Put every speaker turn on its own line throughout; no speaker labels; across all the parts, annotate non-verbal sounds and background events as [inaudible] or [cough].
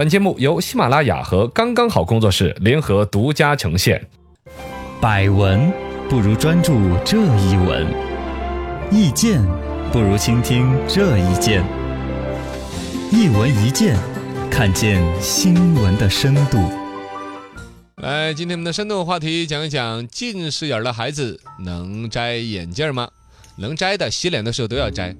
本节目由喜马拉雅和刚刚好工作室联合独家呈现。
百闻不如专注这一闻，意见不如倾听这一见。一闻一见，看见新闻的深度。
来，今天我们的深度话题讲一讲近视眼儿的孩子能摘眼镜儿吗？能摘的，洗脸的时候都要
[laughs]
摘。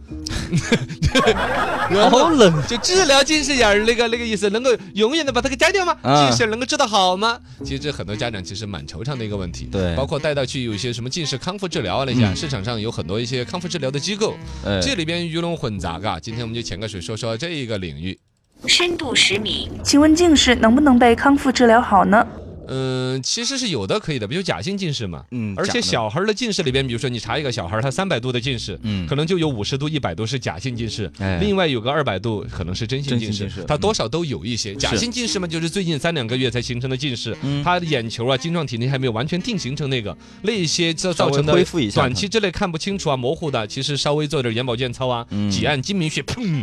然后
哦冷，
就治疗近视眼儿那个那个意思，能够永远的把它给摘掉吗？
啊
近视眼儿能够治得好吗？其实这很多家长其实蛮惆怅的一个问题。
对嗯
包括带到去有一些什么近视康复治疗啊那些啊，市场上有很多一些康复治疗的机构，
哎
这里边鱼龙混杂，嘎。今天我们就潜个水说说这一个领域。
深度十米。
请问近视能不能被康复治疗好呢？
嗯，其实是有的可以的，比如假性近视嘛。
嗯
而
假
且
的
小孩儿的近视里边，比如说你查一个小孩儿他三百度的近视，
嗯
可能就有五十度、一百度是假性近视，
哎
另外有个二百度可能是真性
真
近
性
视，
近视嗯
他多少都有一些。假性近视嘛，就是最近三两个月才形成的近视，
嗯
他的眼球啊、晶状体内还没有完全定型成那个，那一些造
稍
造
微
成的
恢复一下
短
它
期之内看不清楚啊、模糊的，其实稍微做点眼保健操啊，
嗯
挤按睛明穴，砰，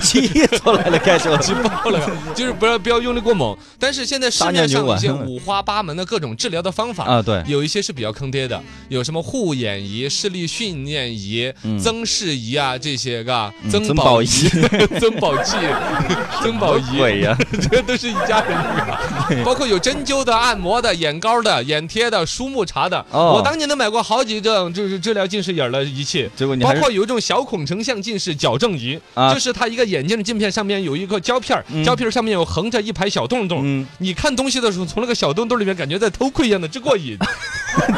气出来了，开始
挤爆
[laughs]
了，就是不要不要用力过猛。但是现在市面上有一些
[laughs]
五花八门的各种治疗的方法
啊对
有一些是比较坑爹的，有什么护眼仪、视力训练仪、
嗯
增视仪啊这些，嘎，增
增
宝
宝
仪、 [laughs] 增宝
[laughs]
剂、增宝仪，
鬼呀！
[laughs] 这都是一家人
[laughs]
的，包括有针灸的、按摩的、眼膏的、眼贴的、舒木茶的。
哦
我当年都买过好几种，就是治疗近视眼儿的仪器。
结果你
包
还是
括有一种小孔成像近视矫正仪，
啊
就是它一个眼镜的镜片上面有一个胶片儿，胶片儿上面有横着一排小洞洞
嗯，
你看东西的时候，从那个小洞洞里面感觉在偷窥一样的，之过瘾。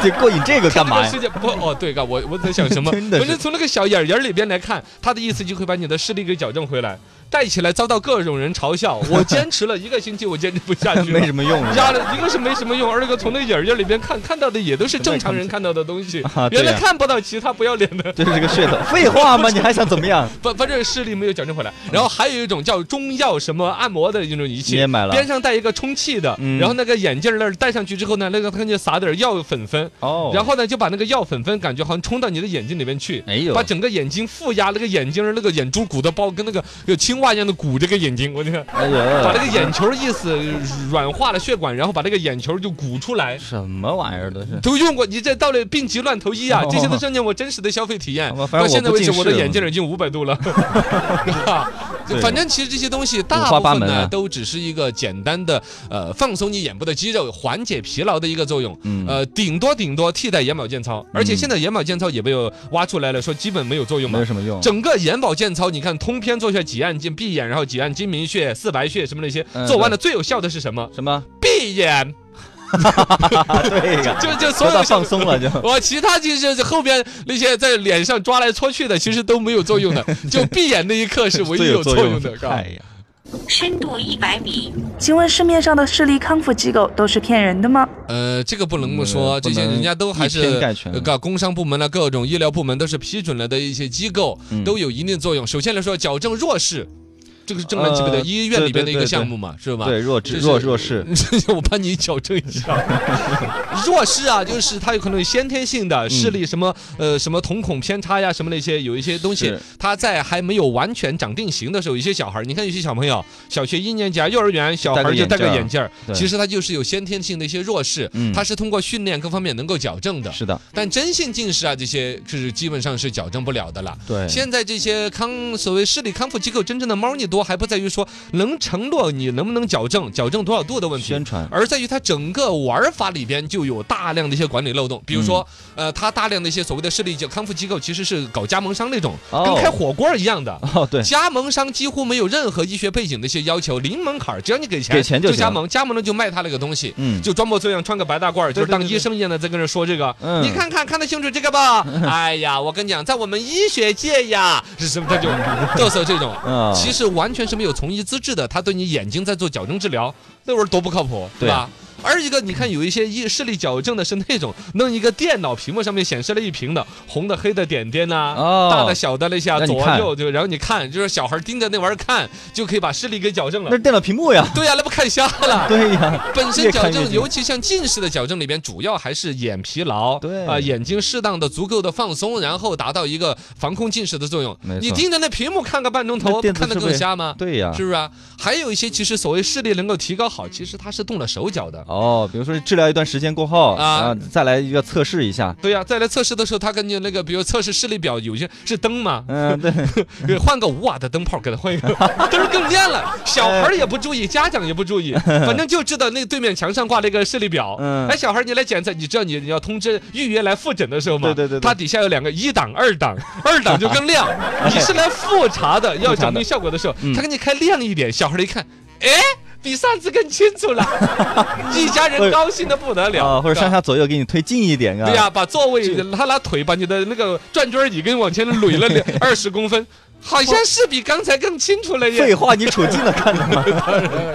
这过瘾这个
这
干嘛
个
啊呀
世？界不哦，对个，我我在想什么？
[laughs] 真的是
我是从那个小眼儿眼儿里边来看，他的意思就会把你的视力给矫正回来。戴起来遭到各种人嘲笑，我坚持了一个星期，我坚持不下去了。
[laughs] [laughs] 没什
[laughs]
么用是吧
压了，一个是没什么用，二一个从那眼儿眼儿里边看看到的也都是正常人看到的东西
[laughs] 啊，对
原
呀
来看不到其他不要脸的。 [laughs]
这是个噱头，废话吗？你还想怎么样？
反反正视力没有矫正回来。然后还有一种叫中药什么按摩的一种仪器，
你也买了
边上带一个充气的，
嗯
然后那个眼镜儿那儿戴上去之后呢，那个他就撒点药粉粉。
哦
然后呢，就把那个药粉粉感觉好像冲到你的眼睛里面去，
哎呦
把整个眼睛负压，那个眼睛儿那个眼珠鼓的包跟那个有青蛙一样的鼓这个眼睛，我这个
哎
把那
呀，
个眼球意思软化了血管，然后把那个眼球就鼓出来，
什么玩意儿都是。
都用过，你这到了病急乱投医啊！
哦
这些都证明我真实的消费体验
好吧。反正
到现在为止，
我不
我
近视
的眼镜已经五百度了， [laughs] 是吧？就
对
反正其实这些东西
五
大
花
部
八
分
门
呢
啊
都只是一个简单的呃放松你眼部的肌肉、缓解疲劳的一个作用，
嗯
呃顶多顶多替代眼保健操。而且现在眼保健操也被我挖出来了，说基本没有作用嘛
没有。什么用，
整个眼保健操，你看通篇做下来几按睛闭眼，然后几按睛明穴、四白穴什么那些，
嗯
做完
对
了最有效的是什么？
什么？
闭眼，
啊，对呀，
就就所
说
有
到
的
放松
[laughs]
了就。
我其他就是后边那些在脸上抓来戳去的，其实都没有作用的， [laughs] 就闭眼那一刻是唯一有作用的。是吧
哎呀，
深度一百米，
请问市面上的视力康复机构都是骗人的吗？
呃，这个不能不
嗯
说，
不
这
能
些人家都还
以
是
偏概全
呃搞工商部门了，各种医疗部门都是批准了的一些机构，
嗯
都有一定作用。首先来说，矫正弱视，这个是正常级别的
呃
医院里边的一
对对
个
对
项目嘛，是吧？
对弱
这
智
是
弱弱视，
[laughs] 我帮你矫正一
[laughs]
下。弱视啊，就是它有可能有先天性
嗯
的视力什么、呃什么瞳孔偏差呀，什么那些有一些东西
是，
它在还没有完全长定型的时候，有些小孩儿，你看有些小朋友，小学一年级啊，幼儿园小孩儿就戴
戴
个眼
个眼啊
镜儿，
对
其实他就是有先天性的一些弱视，
嗯
它是通过训练各方面能够矫正的。
是的，
但真性近视啊，这些是基本上是矫正不了的了。
对
现在这些康所谓视力康复机构真正的猫腻多，还不在于说能承诺你能不能矫正、矫正多少度的问题，
宣传
而在于它整个玩法里边就有大量的一些管理漏
嗯
洞。比如说，呃，它大量的一些所谓的视力就康复机构其实是搞加盟商那种，
哦
跟开火锅一样的。
哦，对，
加盟商几乎没有任何医学背景的一些要求，零门槛儿，只要你给钱，
给钱就行
加盟，加盟了就卖他那个东西，
嗯
就装模作样穿个白大褂儿，就是
对对
当
对
医生一样的在跟人说这个，
嗯
你看看看得清楚这个吧？
[laughs]
哎呀，我跟你讲，在我们医学界呀，是什么他就嘚瑟这种
嗯，
其实完全是没有从医资质的，他对你眼睛在做矫正治疗，那玩意儿多不靠谱，
对
吧
啊？
二一个，你看有一些一视力矫正的是那种弄一个电脑屏幕上面显示了一屏的红的黑的点点呐、
哦
大的小的那下
让你
左
看
右就，然后你看，就是小孩盯着那玩意儿看，就可以把视力给矫正
那是
了。
电脑屏幕
[laughs]
呀。
对呀、那不看瞎了。
对
[laughs]
呀，
本身
越
矫
看越
正，
近
尤其像近视的矫正里边，主要还是眼疲劳，
对
啊、眼睛适当的、足够的放松，然后达到一个防控近视的作用
没。错
你盯着那屏幕看个半钟头，
那电子
看得
设
更
备
瞎吗？
对呀。
是不是啊？还有一些其实所谓视力能够提高好，其实他是动了手脚的。
哦，比如说治疗一段时间过后，
啊
然后再来要测试一下。
对呀、再来测试的时候，他跟你那个，比如测试视力表，有些是灯嘛， [laughs]
嗯，对，
给换个五瓦的灯泡，给他换一个， [laughs] 灯儿更亮了。小孩儿也不注意，家长也不
[laughs]
注意，反正就知道那个对面墙上挂了一个视力表。
嗯
哎，小孩儿你来检测，你知道你你要通知预约来复诊的时候嘛，
对对对对
它底下有两个一档、二档，二档就更
[laughs]
亮。你是来复查的，要讲明效果的时候，
嗯
他给你开亮一点，小孩儿一看，哎。比上次更清楚了，
[laughs]
一家人高兴的不得了
啊，，或者
是吧
上下左右给你推近一点啊。
对呀、，把座位他拿腿把你的那个转圈椅跟往前垒了
[laughs]
二十公分，好像是比刚才更清楚了耶。
废话，你处近了看的吗？
[laughs] 是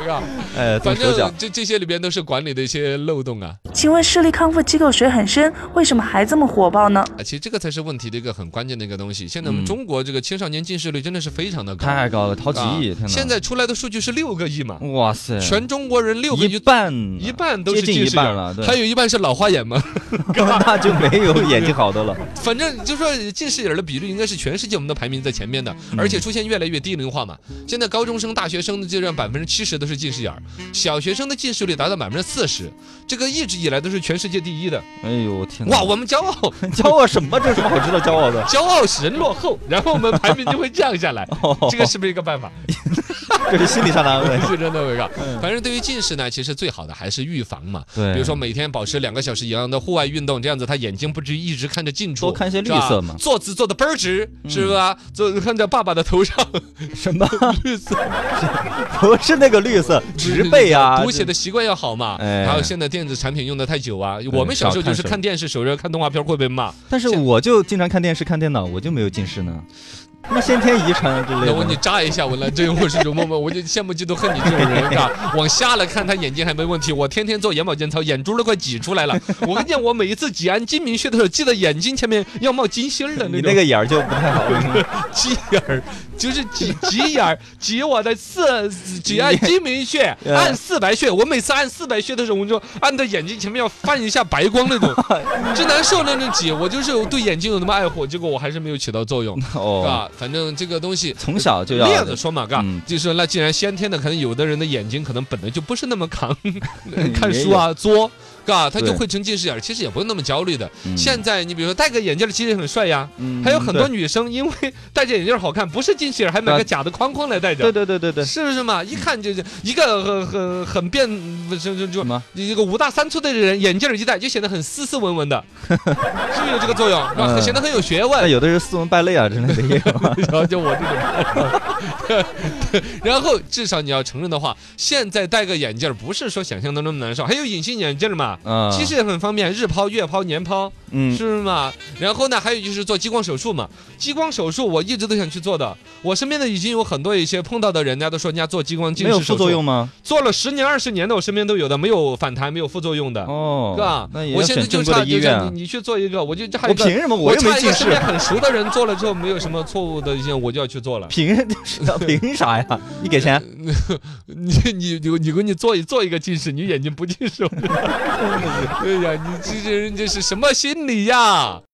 吧
哎，动
反
手脚
正。这这些里边都是管理的一些漏洞啊
请问视力康复机构水很深，为什么还这么火爆呢？
啊，其实这个才是问题的一个很关键的一个东西。现在我们
嗯
中国这个青少年近视率真的是非常的高，
太高了，好几亿！
啊
天哪！
现在出来的数据是六个亿嘛，
哇塞，
全中国人六个
一
亿。
半啊
一半都是
接近
近
一
视眼
半了，对
还有一半是老花眼嘛。
[laughs] 那就没有眼睛好的了。
反正就说近视眼儿的比率应该是全世界我们都排名在前面的，而且出现越来越低龄化嘛。现在高中生、大学生的阶段，百分之七十都是近视眼儿，小学生的近视率达到百分之四十，这个一直以来都是全世界第一的。
哎呦天哪！
哇，我们骄傲，
[laughs] 骄傲什么？这有什么好值得骄傲的？
骄傲使人落后，然后我们排名就会降下来。这个是不是一个办法？
这是心理上的安慰。
[laughs] 是真的，伟哥。反正对于近视呢，其实最好的还是预防嘛。
嗯对
比如说每天保持两个小时以上的户外运动，这样子他眼睛不至于一直看着近处，
多看些绿
是吧
色嘛嗯
坐姿坐的倍儿直，是吧？坐看着爸爸的头上，
什么？
绿色
[laughs] 不是那个绿色， [laughs] 植
[laughs]
被啊，
读写的习惯要好嘛。
哎
还有现在电子产品用的太久啊，我们小时候就是看电视、守着看动画片会被骂。
但是我就经常看电视、看电脑，我就没有近视呢。那先天遗传之类
那我你
的，
扎一下，我来这种我是容嬷嬷，我就羡慕嫉妒恨你这种人啊！往瞎了看，他眼睛还没问题，我天天做眼保健操，眼珠都快挤出来了。我跟你讲，我每一次挤按睛明穴的时候，记得眼睛前面要冒金星儿的那
你那
种
个眼儿就不
[laughs]
太好了。
挤眼儿，就是挤挤眼儿，挤我的四挤按睛明穴，
[laughs] 嗯
按四白穴。我每次按四白穴的时候，我就按到眼睛前面要泛一下白光那
[laughs]
种，真难受那种挤。我就是对眼睛有那么爱护，结果我还是没有起到作用，是
哦，
吧？反正这个东西
从小就要
那样子说嘛，嘎
啊嗯，
就是说那既然先天的，可能有的人的眼睛可能本来就不是那么扛 [laughs] 看书啊、作，嘎，他就
对
会成近视眼儿，其实也不用那么焦虑的。
嗯
现在你比如说戴个眼镜儿，其实很帅呀。
嗯
还有很多女生因为戴着眼镜儿好看，不是近视眼儿，还买个假的框框来戴
对
着，
对对对对，
是不是嘛？一看就是一个很很很变，就就就
什么
一个五大三粗的人，眼镜儿一戴就显得很斯斯文文
[laughs]
的，是不是有这个作用？是吧
嗯
显得很有学问
那。有的是斯文败类啊之类的也
[laughs]
有啊。
然后就我这种。 [laughs] 然后至少你要承认的话，现在戴个眼镜儿不是说想象当中那么难受，还有隐形眼镜儿嘛。
嗯
其实也很方便，日抛、月抛、年抛，
嗯，
是吗？然后呢，还有就是做激光手术嘛。激光手术我一直都想去做的，我身边的已经有很多一些碰到的人家都说人家做激光近
没有
视手
副
术
作用，吗？
做了十年二十年的，我身边都有的，没有反弹，没有副作用的，
哦，
是吧？
那也
我
要
现在
选
就
正规
差
的医
就
院
像
啊。
你你去做一个，我就这还有
我
一个
凭什么
我
我又没
差一
近
个身
视
边？很熟的人做了之后没有什么错误的一些，我就要去做了。
凭凭啥呀？你给钱？
[laughs] 你你你你给你做一做一个近视， [laughs] 哎你眼睛不近视。对呀，你这这人这是什么心理呀？